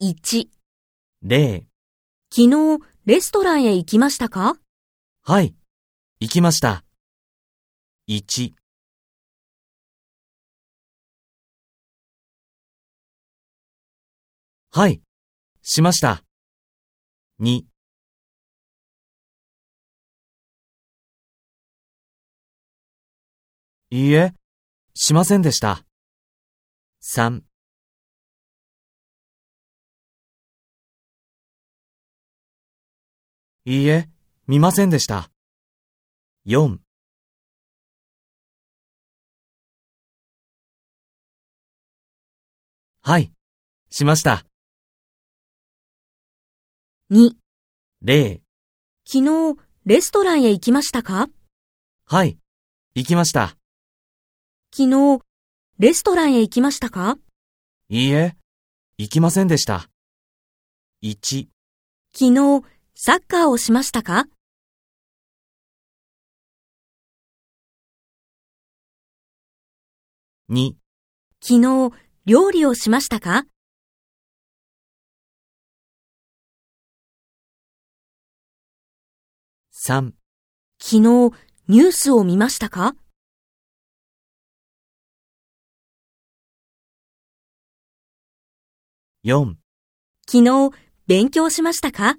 1、 0昨日レストランへ行きましたかはい、行きました。1、はい、しました。2、いいえ、しませんでした。3、いいえ、見ませんでした。4はい、しました。 2、 0昨日レストランへ行きましたかはい、行きました。昨日レストランへ行きましたかいいえ、行きませんでした。1、昨日サッカーをしましたか2、昨日料理をしましたか3、昨日ニュースを見ましたか4昨日勉強しましたか